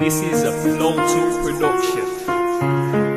This is a Flow 2 production.